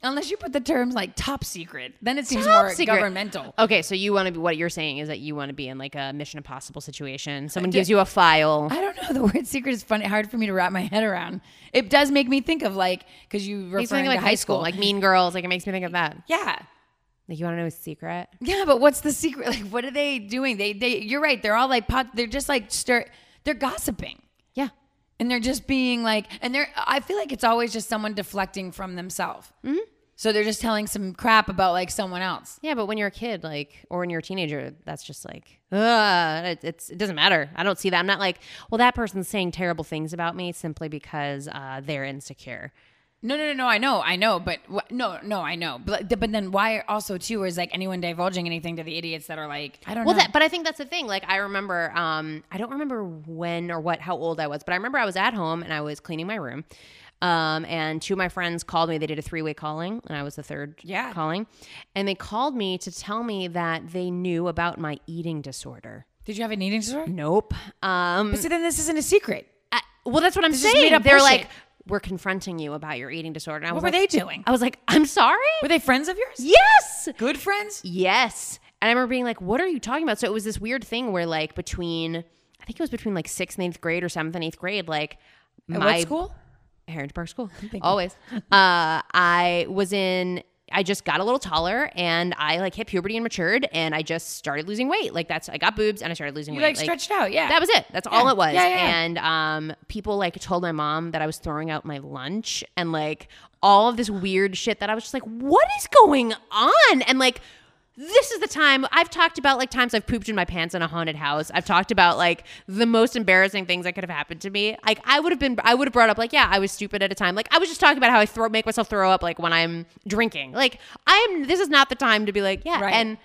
unless you put the terms like top secret, then it seems Top more secret. governmental. Okay, so you want to be what you're saying is that you want to be in like a Mission Impossible Uh, situation. Someone gives you a file. I don't know. The word secret is funny, hard for me to wrap my head around. It does make me think of like, because you He's referring thinking like to high school. like Mean Girls. Like it makes me think of that. yeah. Like you want to know a secret? Yeah, but what's the secret? Like, what are they doing? They, they, you're right. They're all like, pot, they're just like, stir, they're gossiping. Yeah. and they're just being like and they're i feel like it's always just someone deflecting from themselves Mm-hmm. so they're just telling some crap about like someone else Yeah, but when you're a kid, like, or when you're a teenager, that's just like, ugh, it, it's it doesn't matter. I don't see that. I'm not like, well, that person's saying terrible things about me simply because uh, they're insecure. no no no no i know i know but wh- no no i know but, but then why also too is like anyone divulging anything to the idiots that are like i don't Well, know that, but I think that's the thing. Like, I remember, um, I don't remember when or what, how old I was, but I remember I was at home and I was cleaning my room. Um, and two of my friends called me. They did a three way calling, and I was the third Yeah. calling. And they called me to tell me that they knew about my eating disorder. did you have an eating disorder Nope. Um, so then this isn't a secret I- well, that's what I'm is saying. made up They're bullshit. like, we're confronting you about your eating disorder. And I what was were like, they doing I was like, I'm sorry. were they friends of yours Yes, good friends yes. And I remember being like, what are you talking about? So it was this weird thing where, like, between I think it was between like sixth and eighth grade or seventh and eighth grade, like at my what school Heritage Park School. Always. Uh, I was in. I just got a little taller and I like hit puberty and matured and I just started losing weight. Like that's I got boobs and I started losing you weight. like, stretched out yeah That was it. That's all it was. Yeah, yeah, yeah. And um, people like told my mom that I was throwing out my lunch and like all of this weird shit that I was just like, what is going on? And like, this is the time I've talked about like times I've pooped in my pants in a haunted house. I've talked about like the most embarrassing things that could have happened to me. Like I would have been, I would have brought up like, yeah, I was stupid at a time. Like I was just talking about how I throw, make myself throw up like when I'm drinking. Like I am, this is not the time to be like, yeah. Right. And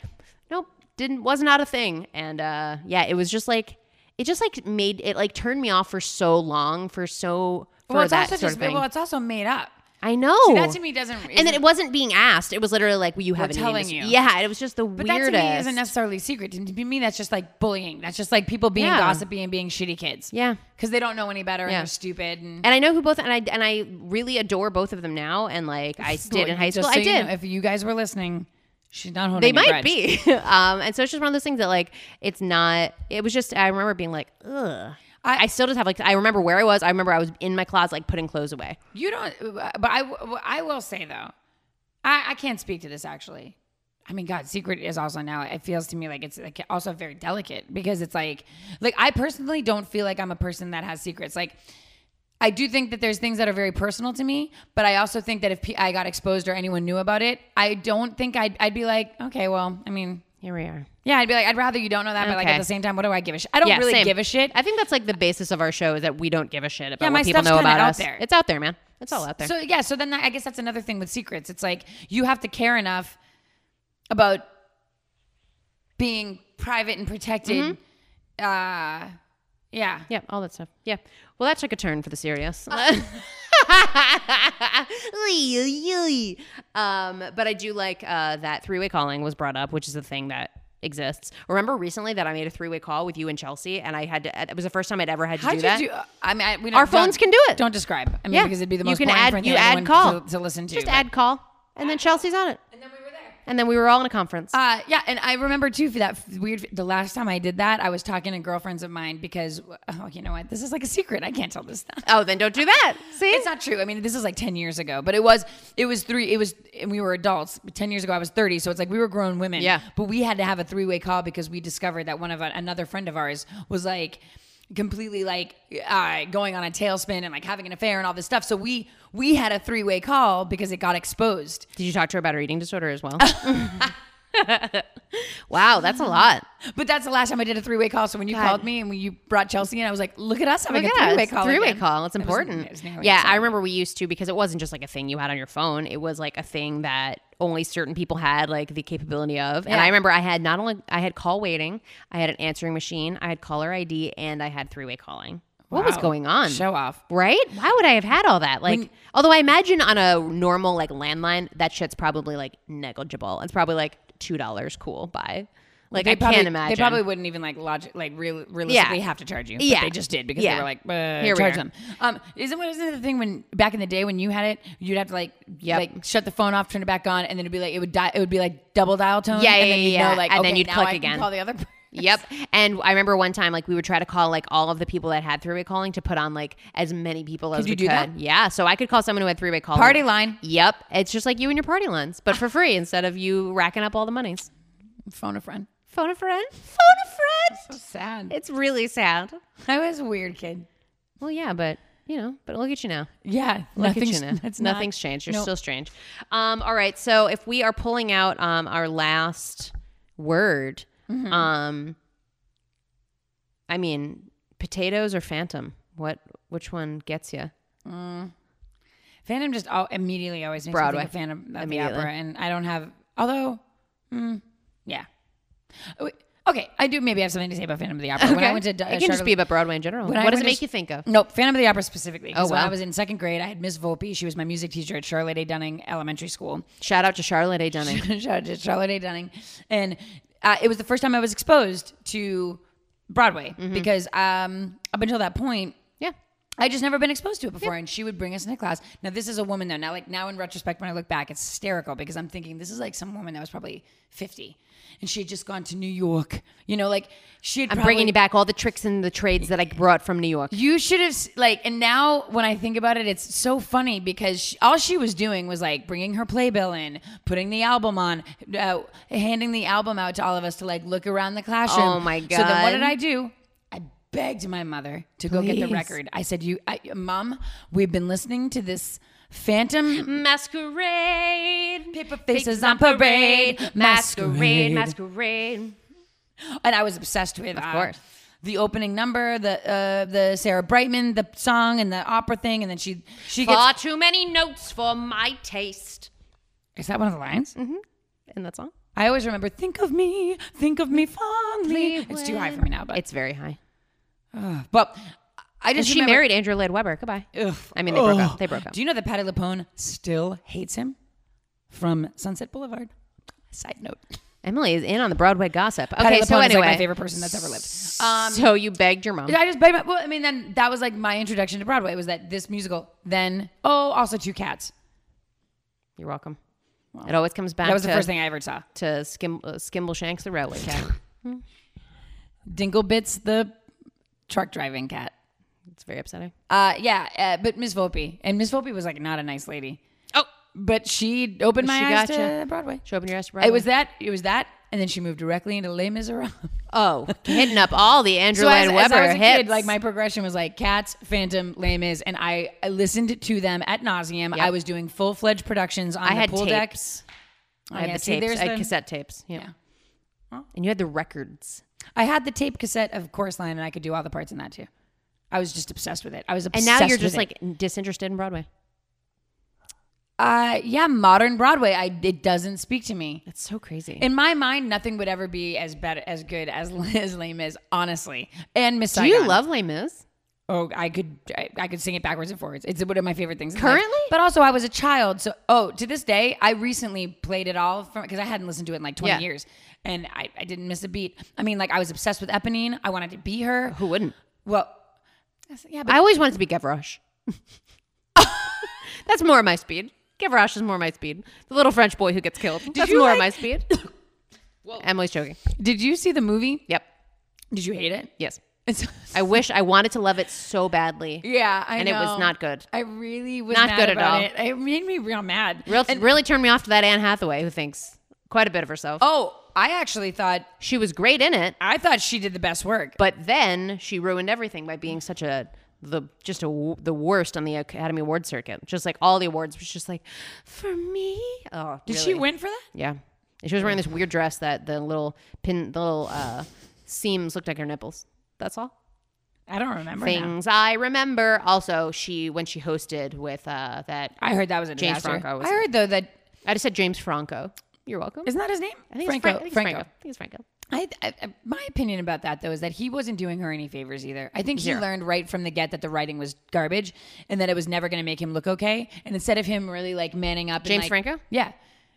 nope didn't was not a thing and uh yeah it was just like it just like made it like turned me off for so long for so for well, it's that also sort just, of thing well, it's also made up. i know That to me doesn't. and then it wasn't being asked it was literally like well, you haven't eaten telling this- you. yeah it was just the But weirdest that to me isn't necessarily secret. To to me, that's just like bullying. That's just like people being Yeah. gossipy and being shitty kids. yeah Because they don't know any better and Yeah. they're stupid. And, and i know who both and i and i really adore both of them now and like i did in high Just so school i you did know, if you guys were listening, she's not holding. they a might grudge. be um and so it's just one of those things that like it's not it was just i remember being like ugh I, I still just have like i remember where i was i remember i was in my closet like putting clothes away You don't. But I, w- I will say though, I, I can't speak to this actually. I mean, God, secret is also now. It feels to me like it's like also very delicate because it's like, like I personally don't feel like I'm a person that has secrets. Like, I do think that there's things that are very personal to me, but I also think that if pe- I got exposed or anyone knew about it, I don't think I'd, I'd be like, okay, well, I mean, Here we are. yeah, I'd be like, I'd rather you don't know that, but like Okay. at the same time, what do I give a shit? I don't Yeah, really same. give a shit. I think that's like the basis of our show is that we don't give a shit about Yeah, my what people stuff's know kinda about out us. there. It's out there, man. It's all out there. So yeah, so then I guess that's another thing with secrets. It's like you have to care enough about being private and protected. Uh, yeah. Mm-hmm. yeah, all that stuff. Yeah. Well, that took a turn for the serious. um, but I do like uh, that three way calling was brought up, which is a thing that exists. Remember recently that I made a three way call with you and Chelsea, and I had to, it was the first time I'd ever had to How'd do you that. do? I mean, I, we don't, Our phones don't- can do it. Don't describe. I mean, Yeah. because it'd be the You most can boring add- friend you that add anyone call. to, to listen to. Just but- add call, and then Chelsea's on it. And then we were there. And then we were all in a conference. Uh, yeah, and I remember too for that f- weird. The last time I did that, I was talking to girlfriends of mine because, oh, you know what? This is like a secret. I can't tell this stuff. oh, then don't do that. See? It's not true. I mean, this is like 10 years ago, but it was, it was three, it was, and we were adults. 10 years ago, I was 30. So it's like we were grown women. Yeah. But we had to have a three way call because we discovered that one of our, another friend of ours was like completely like uh, going on a tailspin and like having an affair and all this stuff. So we, we had a three way call because it got exposed. Did you talk to her about her eating disorder as well? wow, that's a lot. But that's the last time I did a three way call. So when you God. called me and when you brought Chelsea in, I was like, look at us having Look a at three way us. call. Three-way again. call. It's It was- important. it was nearly yeah, I exciting. remember we used to because it wasn't just like a thing you had on your phone. It was like a thing that only certain people had like the capability of. And Yeah. I remember I had not only I had call waiting, I had an answering machine, I had caller ID, and I had three way calling. What was Wow. going on? Show off. Right? Why would I have had all that? Like, although I imagine on a normal like landline, that shit's probably like negligible. It's probably like two dollars. Cool, bye. Like They I probably, can't imagine. They probably wouldn't even like logic, like real, realistically have to charge you. but Yeah. they just did because Yeah. they were like, uh, Here we charge are. them. Um, isn't what isn't it the thing when back in the day when you had it, you'd have to like, Yep. like shut the phone off, turn it back on, and then it'd be like it would die. It would be like double dial tone. Yeah, and yeah, then you'd yeah, know, yeah. like, And then okay, you'd now click I can again. Call the other. Yep. And I remember one time, like, we would try to call, like, all of the people that had three way calling to put on, like, as many people as Could you we do that? could. Yeah. So I could call someone who had three way calling. Party line. Yep. It's just like you and your party lines, but for free instead of you racking up all the monies. Phone a friend. Phone a friend. Phone a friend. Sad. It's really sad. I was a weird kid. Well, yeah, but. You know, but look at you now. Yeah, Look nothing's at you now. that's not- nothing's changed. You're Nope. still strange. Um, all right. So if we are pulling out um, our last word, Mm-hmm. um, I mean, potatoes or phantom? What? Which one gets you? Phantom just all, immediately always makes Broadway. me think of Phantom of the Immediately. Opera, and I don't have. Although, mm, yeah, Oh, wait, okay, I do. Maybe have something to say about Phantom of the Opera. When I went to, uh, it can just Charlotte- be about Broadway in general. when I What does went it to make s- you think of? Nope, Phantom of the Opera specifically. Oh Oh, When wow. I was in second grade, I had Miss Volpe. She was my music teacher at Charlotte A. Dunning Elementary School. Shout out to Charlotte eh, A. Dunning. Shout out to Charlotte A. Dunning. And uh, it was the first time I was exposed to Broadway Mm-hmm. because um, up until that point, yeah. I just never been exposed to it before, and she would bring us into class. Now this is a woman though. Now like now in retrospect, when I look back, it's hysterical because I'm thinking this is like some woman that was probably 50, and she had just gone to New York. You know, like she had. I'm probably- bringing you back all the tricks and the trades that I brought from New York. You should have s- like, and now when I think about it, it's so funny because she, all she was doing was like bringing her playbill in, putting the album on, uh, handing the album out to all of us to like look around the classroom. Oh, my So then what God. did I do? I begged my mother to go get Please. the record. I said, "You, I, Mom, we've been listening to this." Phantom Masquerade. paper faces on parade, masquerade, masquerade. Masquerade. and I was obsessed with. Of course. The opening number, the uh, the Sarah Brightman, the song, and the opera thing, and then she she gets Far too many notes for my taste. Is that one of the lines? And that's all. I always remember, think of me, think of me fondly. It's too high for me now, but It's very high. but I And just she remember- married Andrew Lloyd Webber. Goodbye. Ugh. I mean, they broke up. They broke up. Do you know that Patty LuPone still hates him from Sunset Boulevard? Side note. Emily is in on the Broadway gossip. Okay, Patty so LuPone anyway, is like my favorite person that's ever lived. Um, so you begged your mom. I just begged my, well, I mean, then that was like my introduction to Broadway was that this musical, then oh, also Two Cats. You're welcome. it always comes back. That was to, the first thing I ever saw. to skim, uh, Skimble Shanks the railway cat. Dingle Bits, the truck driving cat. it's very upsetting. Uh, yeah, uh, but Miss Volpe and Miss Volpe was like not a nice lady. Oh, but she opened my She eyes gotcha. to Broadway. she opened your ass. To It was that. It was that, and then she moved directly into Les Miserables. oh, hitting up all the Andrew So Lloyd as, Webber as I was a hits. kid, like my progression was like Cats, Phantom, Les Mis, and I, I listened to them at nauseum. I was doing full fledged productions on I the had pool tapes. deck. I had oh, yeah, the see, tapes. there's I had the- cassette tapes. Yeah. And you had the records. I had the tape cassette of Chorus Line, and I could do all the parts in that too. I was just obsessed with it. I was And obsessed. now you're with just it. like disinterested in Broadway. uh, yeah, modern Broadway. I it doesn't speak to me. That's so crazy. In my mind, nothing would ever be as better, as good as as lame as honestly. And Miss Do you Saigon. love Les Mis? Oh, I could I, I could sing it backwards and forwards. It's one of my favorite things in Currently? life. but also I was a child, so oh, to this day, I recently played it all from because I hadn't listened to it in like twenty Yeah. years, and I, I didn't miss a beat. I mean, like I was obsessed with Eponine. I wanted to be her. Who wouldn't? Well, that's- yeah, but I always wanted to be Gavroche. That's more my speed. Gavroche is more my speed. The little French boy who gets killed. That's you, more like- my speed. Emily's joking. did you see the movie? Yep. Did you hate it? Yes. It's, I wish I wanted to love it so badly. yeah, I And it was know. not good. I really was Not mad good at about all. It. it made me real mad. Real, really turned me off to that Anne Hathaway who thinks quite a bit of herself. Oh, I actually thought She was great in it, I thought she did the best work. but then she ruined everything by being such a the just a w- the worst on the Academy Award circuit. Just like all the awards was just like for me. Oh, Did she really? win for that? Yeah. And she was wearing this weird dress that the little pin, the little uh, seams looked like her nipples. That's all. I don't remember. now. Things I remember. Also, she when she hosted with uh, that. I heard that was a James disaster. Franco was I in heard though that I just said James Franco. You're welcome. isn't that his name? I think it's Fran- I think it's Franco. I think it's Franco. I, I, I- my opinion about that though is that he wasn't doing her any favors either. I think he Zero. learned right from the get that the writing was garbage and that it was never going to make him look okay. And instead of him really like manning up, and, James like, Franco? yeah.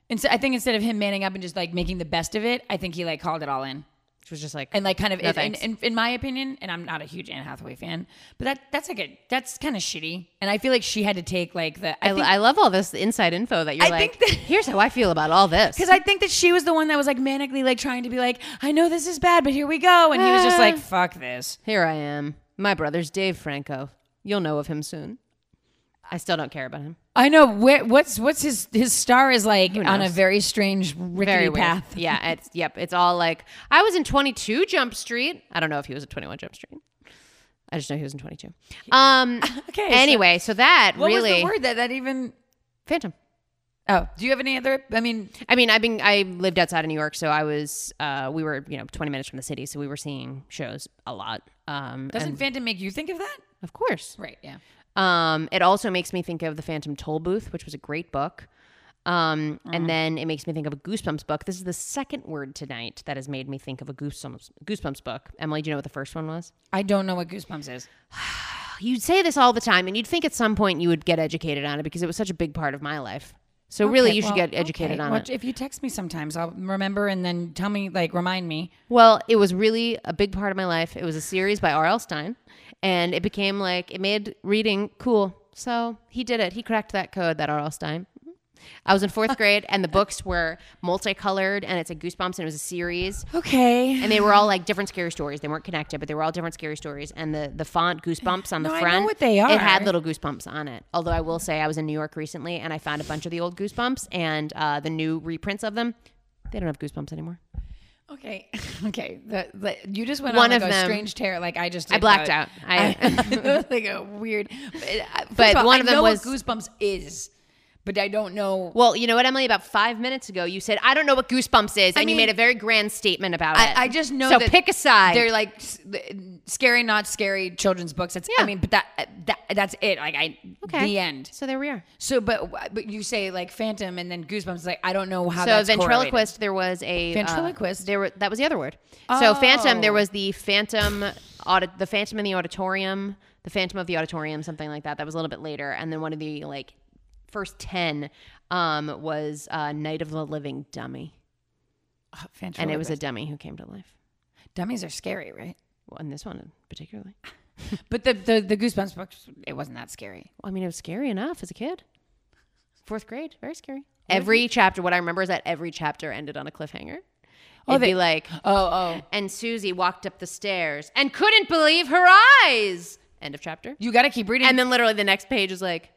And so I think instead of him manning up and just like making the best of it, I think he like called it all in. She was just like, And like kind of in- No, in, thanks. in, in my opinion, and I'm not a huge Anne Hathaway fan, but that that's like a that's kind of shitty. And I feel like she had to take like the I, I think I love all this inside info that you're I like. think that- Here's how I feel about all this. because I think that she was the one that was like manically like trying to be like, I know this is bad, but here we go. And he was just like, fuck this. Here I am. My brother's Dave Franco. You'll know of him soon. I still don't care about him. I know where, what's what's his his star is like on a knows? very strange rickety Very weird. path. Yeah. It's, yep. It's all like I was in 22 Jump Street. I don't know if he was at 21 Jump Street. I just know he was in 22. Um. Okay, so- Anyway, so, that What really was the word that that even? Phantom. Oh, do you have any other? I mean, I mean, I've been I lived outside of New York, so I was uh we were you know 20 minutes from the city, so we were seeing shows a lot. Um. doesn't and- Phantom make you think of that? of course. Right. Yeah. Um, it also makes me think of The Phantom Toll Booth, which was a great book. Um, And then it makes me think of a Goosebumps book. This is the second word tonight that has made me think of a Goosebumps, Goosebumps book. Emily, do you know what the first one was? I don't know what Goosebumps is. Oh, You'd say this all the time, and you'd think at some point you would get educated on it because it was such a big part of my life. So really, Okay, you should well, get educated okay. on Well, it. If you text me sometimes, I'll remember and then tell me, like, remind me. Well, it was really a big part of my life. It was a series by R.L. Stein, and it became like it made reading cool. So he did it. He cracked that code, that R.L. Stein. I was in fourth grade, and the books were multicolored, and it's a Goosebumps, and it was a series, Okay. and they were all like different scary stories. They weren't connected, but they were all different scary stories. And the the font Goosebumps on the No, I know front, what they It are. had little Goosebumps on it. Although I will say, I was in New York recently, and I found a bunch of the old Goosebumps and uh, the new reprints of them. They don't have Goosebumps anymore. Okay. Okay. The, the, you just went on One like, of a them- strange tear, like I just. I did, blacked but out. I- like a weird. But, I- first But of all, one I of them know was- what Goosebumps is, but I don't know. Well, you know what, Emily? About five minutes ago, you said, I don't know what goosebumps is. And you mean, made a very grand statement about it. I, I just know So that pick a side. They're like s- scary, not scary children's books. That's Yeah. I mean, but that that that's it. Like I Okay. the end. So there we are. So, but but you say like Phantom and then Goosebumps. Like I don't know how. so that's correlated. ventriloquist, there was a uh, Ventriloquist? there were that was the other word. So phantom, there Oh. was the phantom audit, the phantom in the auditorium, the phantom of the auditorium, something like that. That was a little bit later, and then one of the like first ten um, was uh, Night of the Living Dummy, Oh, and it was a ventriloquist. dummy who came to life. dummies are scary, right? Well, and this one particularly. But the the, the Goosebumps books, it wasn't that scary. Well, I mean, it was scary enough as a kid. Fourth grade, very scary. Every chapter, what I remember is that every chapter ended on a cliffhanger. It'd be they- like, Oh, oh, and Susie walked up the stairs and couldn't believe her eyes. End of chapter. you got to keep reading. And then literally the next page is like,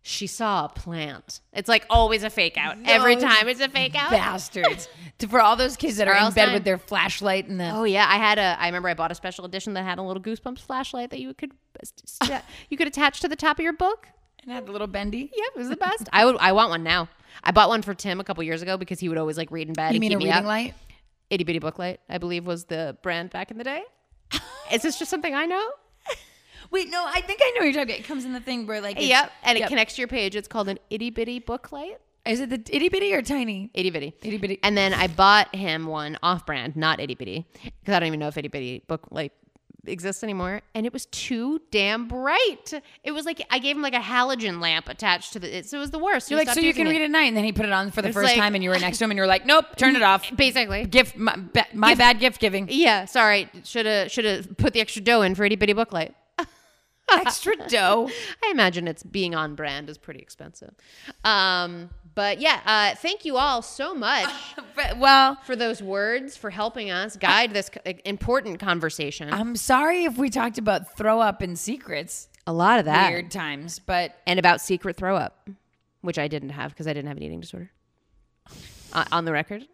she saw a plant. It's like always a fake out. Every Those time it's a fake out. bastards to, for all those kids that are in else bed time. with their flashlight and the Oh yeah, I had a. I remember I bought a special edition that had a little Goosebumps flashlight that you could you could attach to the top of your book. and had the little bendy. Yep, it was the best. I would. I want one now. I bought one for Tim a couple years ago because he would always like read in bed. You and mean keep a me reading up. light? Itty bitty booklight, I believe, was the brand back in the day. Is this just something I know? Wait, no, I think I know what you're talking. about. It comes in the thing where like, it's- Yep, and it connects to your page. It's called an itty bitty booklight. Is it the itty bitty or tiny? Itty bitty. Itty bitty. And then I bought him one off brand, not itty bitty, because I don't even know if itty bitty book like exists anymore. And it was too damn bright. It was like I gave him like a halogen lamp attached to the. It, so it was the worst. You're like, so you can read it at night, and then he put it on for the It's first like- time, and you were next to him, and you're like, nope, turn it off. basically. Gift, my, ba- my bad gift giving. Yeah, sorry. Should have should have put the extra dough in for itty bitty booklight. Extra dough. I imagine it's being on brand is pretty expensive. Um, but yeah, uh, thank you all so much But- well, for those words for helping us guide this co- important conversation. I'm sorry if we talked about throw up and secrets A lot of that, weird times, but and about secret throw up, which I didn't have because I didn't have an eating disorder. Uh, on the record,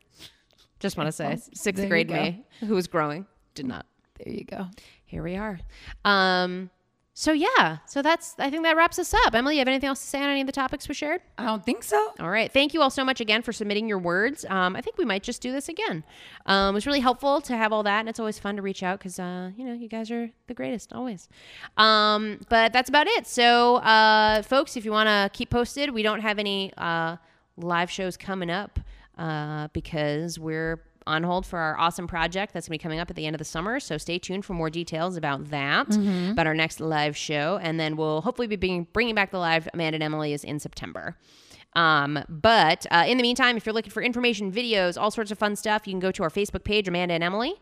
just want to say, there sixth you grade go. me, who was growing, did not. there you go. here we are. Um, so yeah, so that's I think that wraps us up. Emily, you have anything else to say on any of the topics we shared? I don't think so. All right, thank you all so much again for submitting your words. Um, I think we might just do this again. Um, it was really helpful to have all that, and it's always fun to reach out because uh, you know you guys are the greatest always. Um, but that's about it. So uh, folks, if you want to keep posted, we don't have any uh, live shows coming up uh, because we're on hold for our awesome project that's going to be coming up at the end of the summer. So stay tuned for more details about that, about our next live show. And then we'll hopefully be bringing, bringing back the live Amanda and Emily is in September. Um, but uh, in the meantime, if you're looking for information, videos, all sorts of fun stuff, you can go to our Facebook page, Amanda and Emily.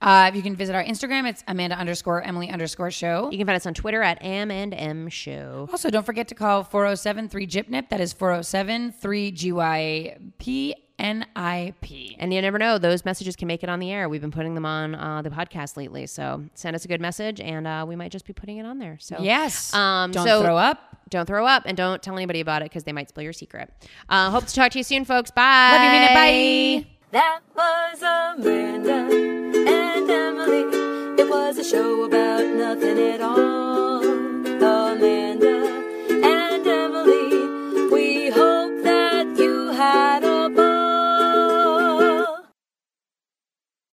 Uh, if you can visit our Instagram, it's Amanda underscore Emily underscore show. You can find us on Twitter at M and M Show. Also, don't forget to call 407 3 GYPNIP. That is 407 3 GYPNIP. And you never know; those messages can make it on the air. We've been putting them on uh, the podcast lately, so send us a good message, and uh, we might just be putting it on there. So Yes. um, don't so- throw up. don't throw up, and don't tell anybody about it because they might spill your secret. Uh, hope to talk to you soon, folks. Bye. Love you, Mina. Bye. That was Amanda and Emily. It was a show about nothing at all.